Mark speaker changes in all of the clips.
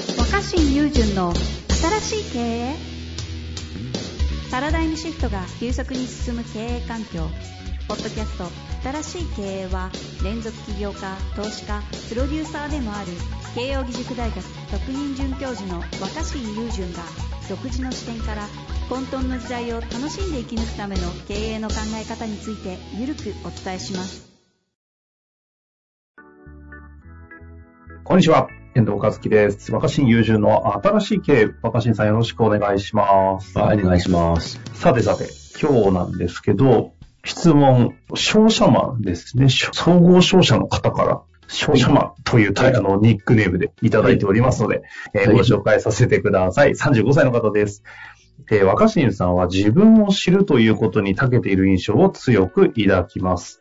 Speaker 1: 阪神雄純の新しい経営パラダイムシフトが急速に進む経営環境ポッドキャスト「新しい経営は」連続起業家投資家プロデューサーでもある慶應義塾大学特任准教授の若新雄純が独自の視点から混沌の時代を楽しんで生き抜くための経営の考え方についてゆるくお伝えします
Speaker 2: こんにちは。遠藤和樹です。若新優柔の新しい経営、若新さんよろしくお願いします。
Speaker 3: はい、お願いします。
Speaker 2: さてさて、今日なんですけど、質問、商社マンですね。しょ総合商社の方から、商社マンというタイ、
Speaker 3: はい
Speaker 2: あのニックネームでいただいておりますので、えー
Speaker 3: はい
Speaker 2: ご紹介させてください。35歳の方です。えー若新さんは自分を知るということに長けている印象を強く抱きます。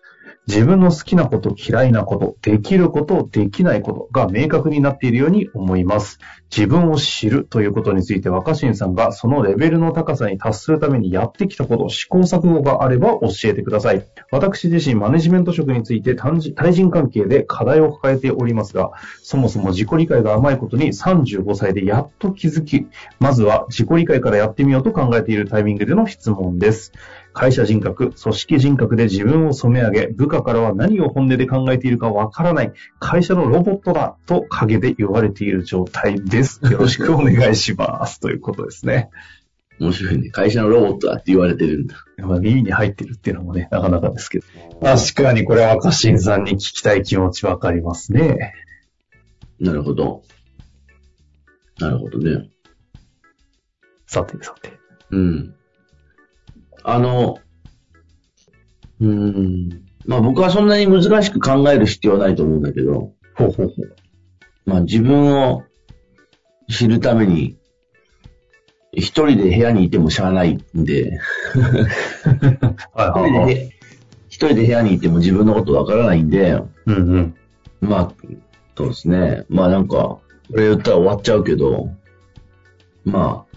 Speaker 2: 自分の好きなこと、嫌いなこと、できること、できないことが明確になっているように思います。自分を知るということについて若新さんがそのレベルの高さに達するためにやってきたこと、試行錯誤があれば教えてください。私自身マネジメント職について単じ対人関係で課題を抱えておりますが、そもそも自己理解が甘いことに35歳でやっと気づき、まずは自己理解からやってみようと考えているタイミングでの質問です。会社人格、組織人格で自分を染め上げ、部下からは何を本音で考えているかわからない、会社のロボットだと陰で言われている状態です。よろしくお願いします。ということですね。
Speaker 3: 面白いね。会社のロボットだって言われてるんだ。
Speaker 2: まあ、耳に入ってるっていうのもね、なかなかですけど。確かにこれは若新さんに聞きたい気持ちわかりますね。
Speaker 3: なるほど。なるほどね。
Speaker 2: さてさて。
Speaker 3: うん。あの、うーん。まあ僕はそんなに難しく考える必要はないと思うんだけど、
Speaker 2: ほうほうほう。
Speaker 3: まあ自分を知るために、一人で部屋にいてもしゃあないんで、一
Speaker 2: はいはい
Speaker 3: 人
Speaker 2: はい。
Speaker 3: で、一人で部屋にいても自分のことわからないんで、
Speaker 2: うんうん。
Speaker 3: まあ、そうですね。まあなんか、これ言ったら終わっちゃうけど、まあ、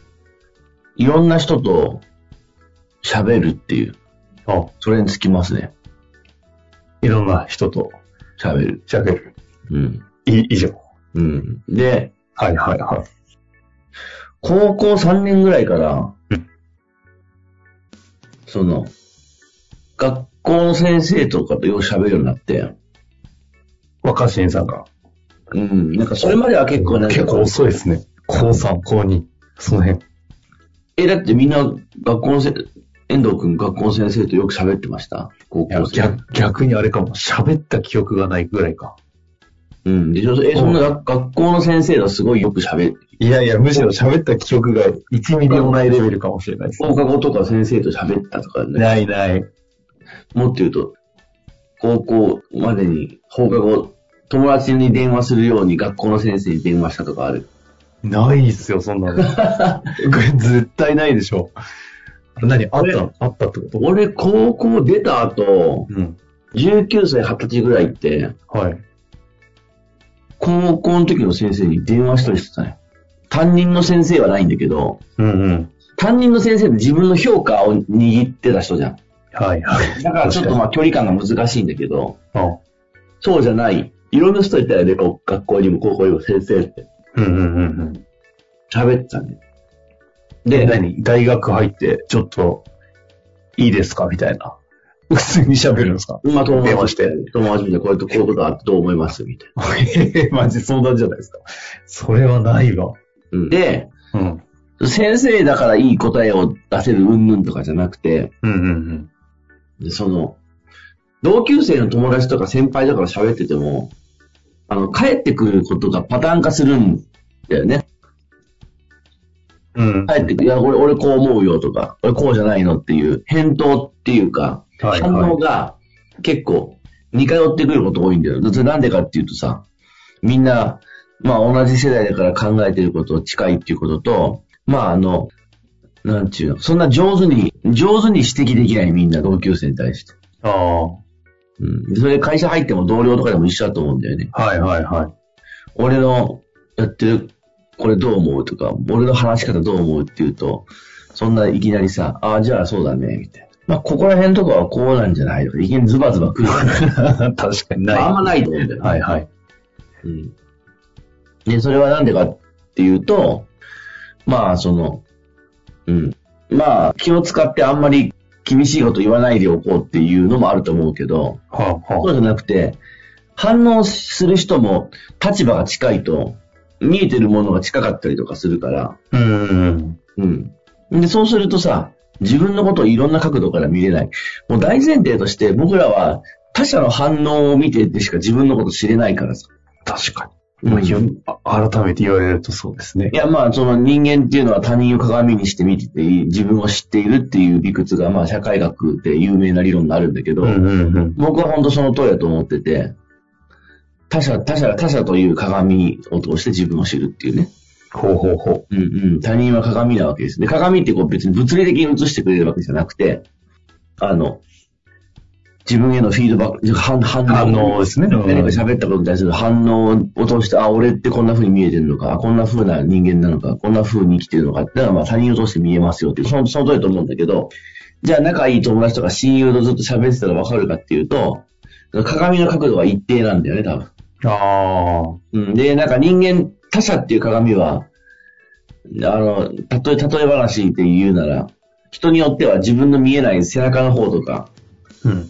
Speaker 3: いろんな人と喋るっていう、
Speaker 2: あ、
Speaker 3: それにつきますね。
Speaker 2: いろんな人と
Speaker 3: 喋る。
Speaker 2: 喋る。
Speaker 3: うん。
Speaker 2: い以上。
Speaker 3: うん。で、
Speaker 2: はいはいはい。
Speaker 3: 高校3年ぐらいから
Speaker 2: うん、
Speaker 3: その、学校の先生とかとよく喋るようになって、
Speaker 2: 若新さんが。
Speaker 3: うん。なんかそれまでは結構なんか
Speaker 2: 結構遅いですね。高3、高2。その辺。
Speaker 3: え、だってみんな学校のせ、遠藤くん学校の先生とよく喋ってました高校生。
Speaker 2: 逆逆にあれかも。喋った記憶がないぐらいか。
Speaker 3: うん。で、え、そんな学学校の先生がすごいよく喋る。
Speaker 2: いやいや、むしろ喋った記憶が1ミリもないレベルかもしれないです。
Speaker 3: 放課後とか先生と喋ったとかね。
Speaker 2: ないない。
Speaker 3: もっと言うと、高校までに放課後、友達に電話するように学校の先生に電話したとかある。
Speaker 2: ないっすよ、そんな の。これ絶対ないでしょ。あれ何あったのあったってこと
Speaker 3: 俺、高校出た後、
Speaker 2: うん。
Speaker 3: 19歳、20歳ぐらいって、
Speaker 2: はい。
Speaker 3: 高校の時の先生に電話したりしてたね。担任の先生はないんだけど、
Speaker 2: うんうん。
Speaker 3: 担任の先生って自分の評価を握ってた人じゃん。
Speaker 2: はい はい。
Speaker 3: だからちょっとまあ距離感が難しいんだけど、
Speaker 2: あ、
Speaker 3: そうじゃない。いろんな人いたよね、こう学校にも高校にも先生って。
Speaker 2: うんうんうんうん。
Speaker 3: 喋ってたね。
Speaker 2: で、
Speaker 3: で、
Speaker 2: 何大学入って、ちょっと、いいですかみたいな。 普通に喋るんですか
Speaker 3: まあ友
Speaker 2: 電話し
Speaker 3: 達
Speaker 2: て
Speaker 3: 友達みたいな、こういうとこういうことがあってどう思いますみたい
Speaker 2: ええ、マジ相談じゃないですか。それはないわ。
Speaker 3: な。うんで、
Speaker 2: うん。
Speaker 3: 先生だからいい答えを出せる云々とかじゃなくて、
Speaker 2: うんうんうん。
Speaker 3: でその、同級生の友達とか先輩だから喋ってても、あの、帰ってくることがパターン化するんだよね。
Speaker 2: うん。
Speaker 3: 帰ってくる、いや、俺、俺こう思うよとか、俺こうじゃないのっていう返答っていうか、
Speaker 2: はい
Speaker 3: 反応
Speaker 2: は
Speaker 3: が結構似通ってくること多いんだよ。それなんでかっていうとさ、みんな、まあ同じ世代だから考えてること近いっていうことと、まああの、なんちゅうの、そんな上手に、上手に指摘できないみんな同級生に対して。
Speaker 2: い。ああ。は
Speaker 3: うん。それ会社入っても同僚とかでも一緒だと思うんだよね。
Speaker 2: いはいはい。
Speaker 3: 俺のやってる、これどう思うとか、俺の話し方どう思うっていうと、そんないきなりさ、ああ、じゃあそうだね、みたいな。まあ、ここら辺とかはこうなんじゃないとか、いきなりズバズバ来るから。
Speaker 2: 確かにない。
Speaker 3: あんまないと思うんだよ。
Speaker 2: はいはい。
Speaker 3: うん。で、それはなんでかっっていうと、まあ、その、うん。まあ、気を使ってあんまり厳しいこと言わないでおこうっていうのもあると思うけど、
Speaker 2: はあ、
Speaker 3: そ
Speaker 2: は
Speaker 3: うじゃなくて、反応する人も立場が近いと、見えてるものが近かったりとかするから、
Speaker 2: あ。うん。
Speaker 3: うん。で、そうするとさ、自分のことをいろんな角度から見れない。もう大前提として僕らは他者の反応を見てでしか自分のこと知れないからさ。
Speaker 2: 確か
Speaker 3: う
Speaker 2: に。
Speaker 3: ん
Speaker 2: まあ言うあ改めて言われるとそうですね
Speaker 3: い。や、まあ、その人間っていうのは他人を鏡にして見てて、自分を知っているっていう理屈が、まあ、社会学で有名な理論があるんだけど、
Speaker 2: うんうんうん。
Speaker 3: 僕は本当その通りだと思ってて、他者、他者、他者という鏡を通して自分を知るっていうね。
Speaker 2: ほうほうほ
Speaker 3: うんうん。他人は鏡なわけです。で、鏡ってこう別に物理的に映してくれるわけじゃなくて、あの、自分へのフィードバック、反反
Speaker 2: う。
Speaker 3: 応。
Speaker 2: 反応ですね。
Speaker 3: 何か喋ったことに対する反応を通して、あ、俺ってこんな風に見えてるのか、こんな風な人間なのか、こんな風に生きてるのか、だからまあ他人を通して見えますよっていう、そのその通りだと思うんだけど、じゃあ仲いい友達とか親友とずっと喋ってたらわかるかっていうと、鏡の角度が一定なんだよね、多分。
Speaker 2: ああ。
Speaker 3: うん、で、なんか人間、他者っていう鏡は、あの、たとえ、例え話って言うなら、人によっては自分の見えない背中の方とか、
Speaker 2: うん。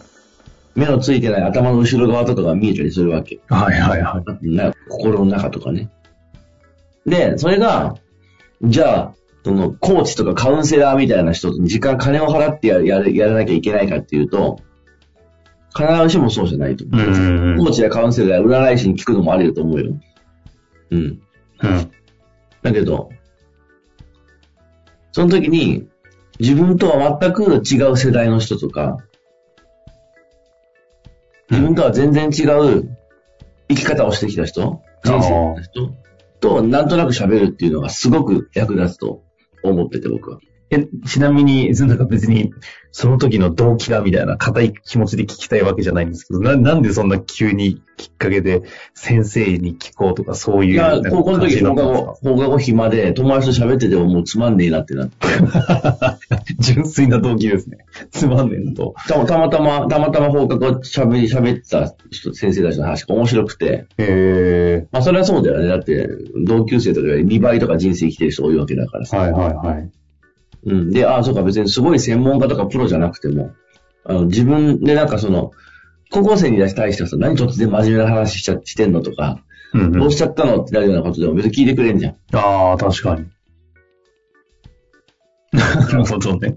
Speaker 3: 目のついてない頭の後ろ側とかが見えたりするわけ。
Speaker 2: はいはいはい。
Speaker 3: な心の中とかね。で、それが、じゃあ、その、コーチとかカウンセラーみたいな人に時間、金を払ってややるやらなきゃいけないかっていうと、必ずしもそうじゃないと思
Speaker 2: うん
Speaker 3: う。
Speaker 2: うん
Speaker 3: コーチやカウンセラーや占い師に聞くのもありだと思うよ。うん。
Speaker 2: うん。
Speaker 3: だけど、その時に、自分とは全く違う世代の人とか、自分とは全然違う生き方をしてきた人、
Speaker 2: あー
Speaker 3: 人生の人となんとなく喋るっていうのがすごく役立つと思ってて僕は。
Speaker 2: え、ちなみに、なんか別に、その時の動機がみたいな固い気持ちで聞きたいわけじゃないんですけど、ななんでそんな急にきっかけで先生に聞こうとかそう
Speaker 3: い
Speaker 2: いう
Speaker 3: や
Speaker 2: なん、か
Speaker 3: 高校の時
Speaker 2: 感じだ
Speaker 3: 放
Speaker 2: った
Speaker 3: 課
Speaker 2: んです
Speaker 3: 後、放課後暇で友達と喋っててももうつまんねえなってなって。
Speaker 2: か純粋な動機ですね。つまんねえなと。
Speaker 3: たたまたま、たまたま放課後喋り、喋ってた人先生たちの話が面白くて、
Speaker 2: へ
Speaker 3: まあそれはそうだよね。だって、同級生とかより2倍とか人生生きてる人多いわけだから
Speaker 2: え。
Speaker 3: さ。
Speaker 2: はいはいはい。
Speaker 3: うん。で、ああ、そうか、別にすごい専門家とかプロじゃなくても、あの、自分でなんかその、高校生に対してはさ、何突然真面目な話しちゃしてんのとか、
Speaker 2: うん
Speaker 3: ど
Speaker 2: う、
Speaker 3: うんしちゃったのってなるようなことでも別に聞いてくれんじゃん。
Speaker 2: ああ、確 かに。なるほどね。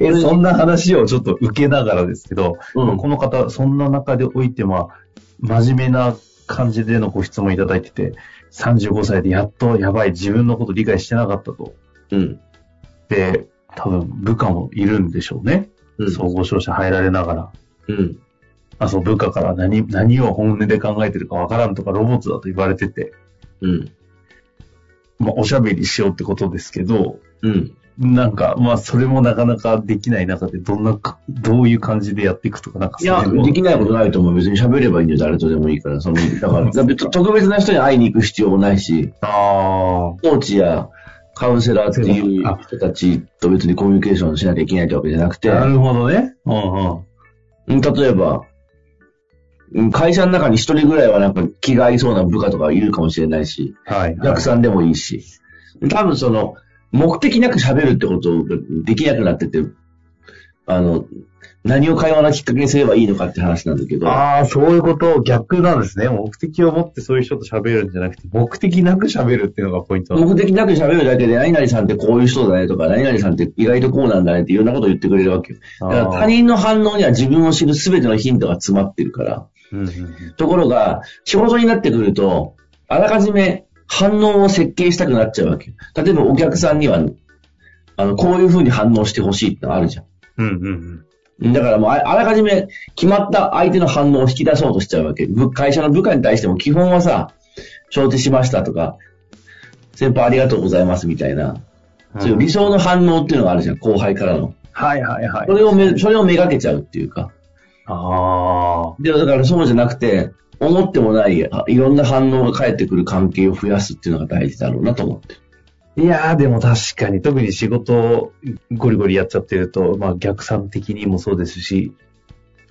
Speaker 2: え、そんな話をちょっと受けながらですけど、
Speaker 3: うん。
Speaker 2: この方、そんな中でおいて、まあ、真面目な感じでのご質問いただいてて、35歳でやっとやばい、自分のこと理解してなかったと。
Speaker 3: うん。
Speaker 2: で、多分部下もいるんでしょうね。
Speaker 3: うん。
Speaker 2: 総合商社入られながら。
Speaker 3: うん。
Speaker 2: あ、そう、部下から何、何を本音で考えてるかわからんとか、ロボットだと言われてて、
Speaker 3: うん。
Speaker 2: まあ、おしゃべりしようってことですけど、
Speaker 3: うん。
Speaker 2: なんか、まあ、それもなかなかできない中で、どんなか、どういう感じでやっていくとか、なんか
Speaker 3: いや、
Speaker 2: そううの
Speaker 3: できないことないと思う。別に喋ればいいんだよ。誰とでもいいから。その、だから、だ別特別な人に会いに行く必要もないし、
Speaker 2: あ
Speaker 3: コーチやカウンセラーっていう人たちと別にコミュニケーションしなきゃいけないってわけじゃなく
Speaker 2: あ、
Speaker 3: て、
Speaker 2: なるほどね。うんうん。
Speaker 3: うん例えば、うん会社の中に一人ぐらいはなんか気が合いそうな部下とかいるかもしれないし、
Speaker 2: はい。
Speaker 3: お客さんでもいいし、多分その、目的なく喋るってことができなくなってて、あの、何を会話のきっかけにすればいいのかって話なんだけど、
Speaker 2: ああ、そういうこと、逆なんですね。目的を持ってそういう人と喋るんじゃなくて、目的なく喋るっていうのがポイントなんで
Speaker 3: 目的なく喋るだけで、何々さんってこういう人だねとか、何々さんって意外とこうなんだねっていろんなことを言ってくれるわけよ。
Speaker 2: す
Speaker 3: だから他人の反応には自分を知る全てのヒントが詰まってるから。
Speaker 2: うんうん
Speaker 3: ところが、仕事になってくると、あらかじめ反応を設計したくなっちゃうわけ。例えばお客さんには、あの、こういう風に反応してほしいってのあるじゃ
Speaker 2: うんうんうん
Speaker 3: ん。だからもうあ、あらかじめ決まった相手の反応を引き出そうとしちゃうわけ。部会社の部下に対しても基本はさ、承知しましたとか、先輩ありがとうございますみたいな、
Speaker 2: うん。
Speaker 3: そういう理想の反応っていうのがあるじゃん、後輩からの。
Speaker 2: はいはいはい
Speaker 3: そ。れをめ、それをめがけちゃうっていうか。
Speaker 2: ああ。
Speaker 3: で、だからそうじゃなくて、思ってもない、あいろんな反応が返ってくる関係を増やすっていうのが大事だろうなと思って。
Speaker 2: いやー、でも確かに、特に仕事をゴリゴリやっちゃってると、まあ逆算的にもそうですし、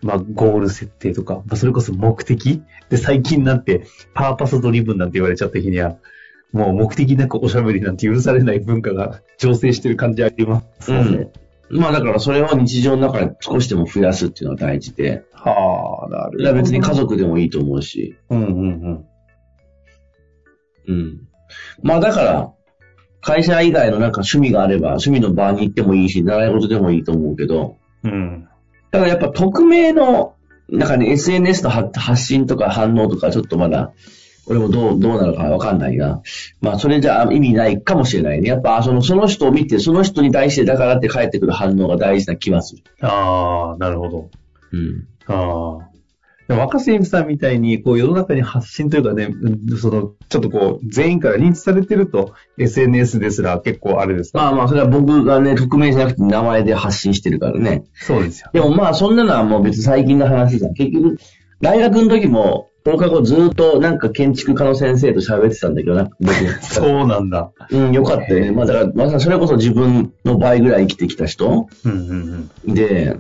Speaker 2: まあゴール設定とか、まあそれこそ目的で最近なんてパーパスドリブンなんて言われちゃった日には、もう目的なくおしゃべりなんて許されない文化が醸成してる感じあります
Speaker 3: う
Speaker 2: ね。
Speaker 3: ん。まあだからそれを日常の中で少しでも増やすっていうのは大事で、
Speaker 2: はあ、なるほ
Speaker 3: いや
Speaker 2: ど。
Speaker 3: 別に家族でもいいと思うし、
Speaker 2: うんうん
Speaker 3: うん。まあだから、会社以外のなんか趣味があれば、趣味の場に行ってもいいし、習い事でもいいと思うけど、
Speaker 2: うん。うん。
Speaker 3: ただやっぱ匿名の、なんかね、SNS の発発信とか反応とかちょっとまだ、俺もどう、どうなのかわかんないな。まあそれじゃあ意味ないかもしれないね。やっぱその、その人を見て、その人に対してだからって返ってくる反応が大事な気はする。
Speaker 2: ああ、なるほど。
Speaker 3: うん。
Speaker 2: ああ。でも若新さんみたいに、こう、世の中に発信というかね、うんその、ちょっとこう、全員から認知されてると、SNS ですら結構あれですか、
Speaker 3: まあまあそれは僕がね、匿名じゃなくて名前で発信してるからね。
Speaker 2: そうですよ。
Speaker 3: でもまあそんなのはもう別に最近の話じゃん。結局、大学の時も、放課後ずっとなんか建築家の先生と喋ってたんだけどな、僕
Speaker 2: そうなんだ。
Speaker 3: うん、よかったよね。まあだから、まさにそれこそ自分の倍ぐらい生きてきた人
Speaker 2: うんうんうん。
Speaker 3: で、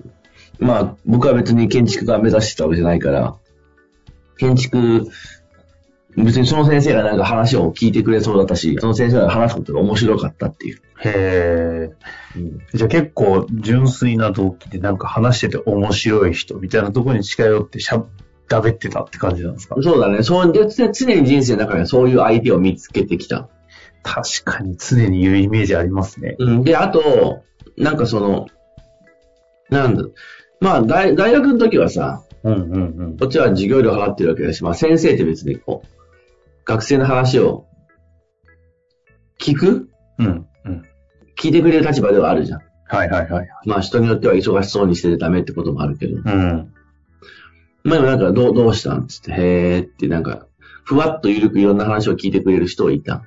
Speaker 3: まあ僕は別に建築家目指してたわけじゃないから、建築、別にその先生がなんか話を聞いてくれそうだったし、その先生が話すことが面白かったっていう。
Speaker 2: へ
Speaker 3: うん
Speaker 2: え。じゃあ結構純粋な動機でなんか話してて面白い人みたいなところに近寄ってしゃ、だべってたって感じなんですか
Speaker 3: そうだね。そう、で常常に人生の中にそういう相手を見つけてきた。
Speaker 2: 確かに常に言うイメージありますね。
Speaker 3: うん、で、あと、なんかその、なんだ、まあ大、大学の時はさ、
Speaker 2: うんうんうん。
Speaker 3: こっちは授業料払ってるわけだし、まあ先生って別にこう、学生の話を聞く
Speaker 2: うんうん。
Speaker 3: 聞いてくれる立場ではあるじゃん。
Speaker 2: はいはいはい。
Speaker 3: まあ人によっては忙しそうにしててダメってこともあるけど。
Speaker 2: うん。
Speaker 3: まあでもなんかどう、どうしたんつって、へーってなんか、ふわっとゆるくいろんな話を聞いてくれる人いた。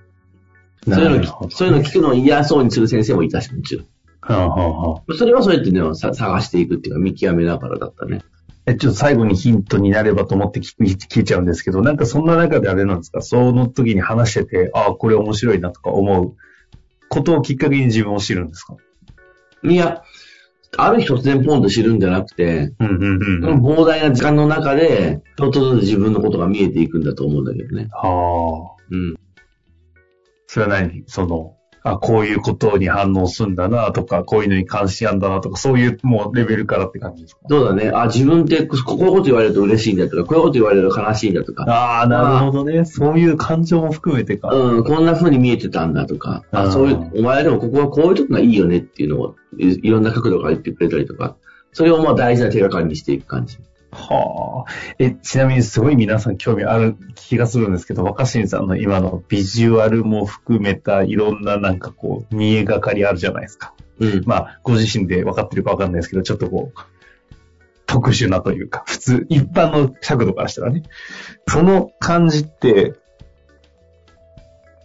Speaker 3: そういうの
Speaker 2: なるほ
Speaker 3: 聞、
Speaker 2: ど
Speaker 3: そういうの聞くのを嫌そうにする先生もいたし、もちろん。
Speaker 2: はあはあはあ。
Speaker 3: それはそうやってね、さ探していくっていうか見極めながらだったね。
Speaker 2: え、ちょっと最後にヒントになればと思って聞く聞いちゃうんですけど、なんかそんな中であれなんですかその時に話してて、ああ、これ面白いなとか思うことをきっかけに自分を知るんですか
Speaker 3: いや、ある日突然ポンと知るんじゃなくて、
Speaker 2: うんうんう
Speaker 3: その膨大な時間の中で、ちょっとずつ自分のことが見えていくんだと思うんだけどね。
Speaker 2: はあ。
Speaker 3: うん。
Speaker 2: それは何その、あ、こういうことに反応するんだなとか、こういうのに関心あんだなとか、そういうもうレベルからって感じですか
Speaker 3: そうだね。あ、自分ってここういうこと言われると嬉しいんだとか、こういうこと言われると悲しいんだとか、
Speaker 2: ああ、なるほどね。そういう感情も含めてか。
Speaker 3: うん、こんな風に見えてたんだとか、
Speaker 2: う
Speaker 3: あ
Speaker 2: ん
Speaker 3: そういう、お前でもここはこういうとこがいいよねっていうのをいいろんな角度から言ってくれたりとか、それをまあ大事な手がかりにしていく感じ。
Speaker 2: はあ。え、ちなみにすごい皆さん興味ある気がするんですけど、若新さんの今のビジュアルも含めたいろんななんかこう、見えがかりあるじゃないですか。
Speaker 3: うん。
Speaker 2: まあ、ご自身で分かってるか分かんないですけど、ちょっとこう、特殊なというか、普通、一般の尺度からしたらね。その感じって、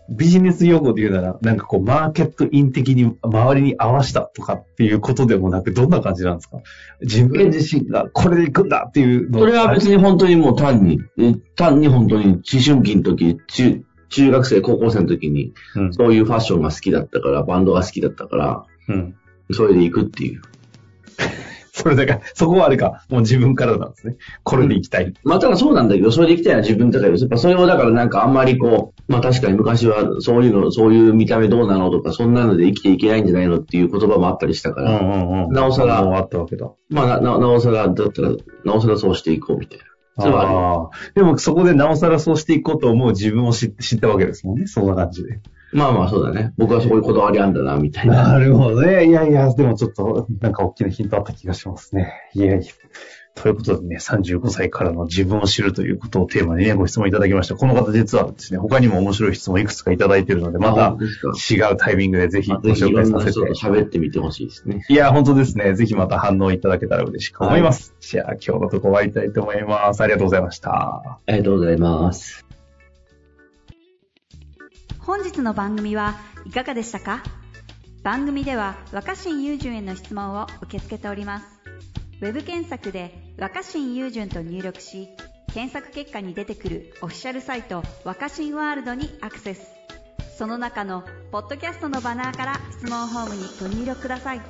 Speaker 2: ビジネス用語で言うなら、なんかこう、マーケットイン的に周りに合わしたとかっていうことでもなく、どんな感じなんですか自分自身がこれで行くんだっていうの
Speaker 3: それは別に本当にもう単に、え単に本当に思春期の時、中、中学生、高校生の時に、
Speaker 2: うん
Speaker 3: そういうファッションが好きだったから、バンドが好きだったから、
Speaker 2: うん。
Speaker 3: それで行くっていう。
Speaker 2: それだから、そこはあれか、もう自分からなんですね。これで行きたい。
Speaker 3: まあ、ただそうなんだけど、それで行きたいのは自分だから、やっぱそれをだからなんかあんまりこう、まあ確かに昔はそういうの、そういう見た目どうなのとか、そんなので生きていけないんじゃないのっていう言葉もあったりしたから、
Speaker 2: ん
Speaker 3: なおさら
Speaker 2: もうあったわけだ。
Speaker 3: まあな、ななおさら、だったら、なおさらそうしていこうみたいな。それはある
Speaker 2: あーでもそこでなおさらそうしていこうと思う自分を知知ったわけですもんね。そんな感じで。
Speaker 3: まあまあそうだね。僕はそういうこだわりあんだな、みたいな。
Speaker 2: なるほどね。いやいや、でもちょっとなんか大きなヒントあった気がしますね。いやいや。ということでね、35歳からの自分を知るということをテーマにね、ご質問いただきました。この方実はですね、他にも面白い質問いくつかいただいているので、ま
Speaker 3: あ
Speaker 2: た
Speaker 3: 本当ですか
Speaker 2: 違うタイミングでぜひ
Speaker 3: ま
Speaker 2: ご
Speaker 3: あぜひい
Speaker 2: 紹
Speaker 3: ろ
Speaker 2: 介
Speaker 3: ん
Speaker 2: さ
Speaker 3: な
Speaker 2: せて
Speaker 3: 人と喋ってみてほしいですね。
Speaker 2: いや、本当ですね。ぜひまた反応いただけたら嬉しく思います。じゃあ、今日のとこ終わりたいと思います。ありがとうございました。
Speaker 3: ありがとうございます。
Speaker 1: 本日の番組はいかがでしたか番組では若新雄純への質問を受け付けておりますウェブ検索で「若新雄純」と入力し検索結果に出てくるオフィシャルサイト「若新ワールド」にアクセスその中の「ポッドキャスト」のバナーから質問ホームにご入力ください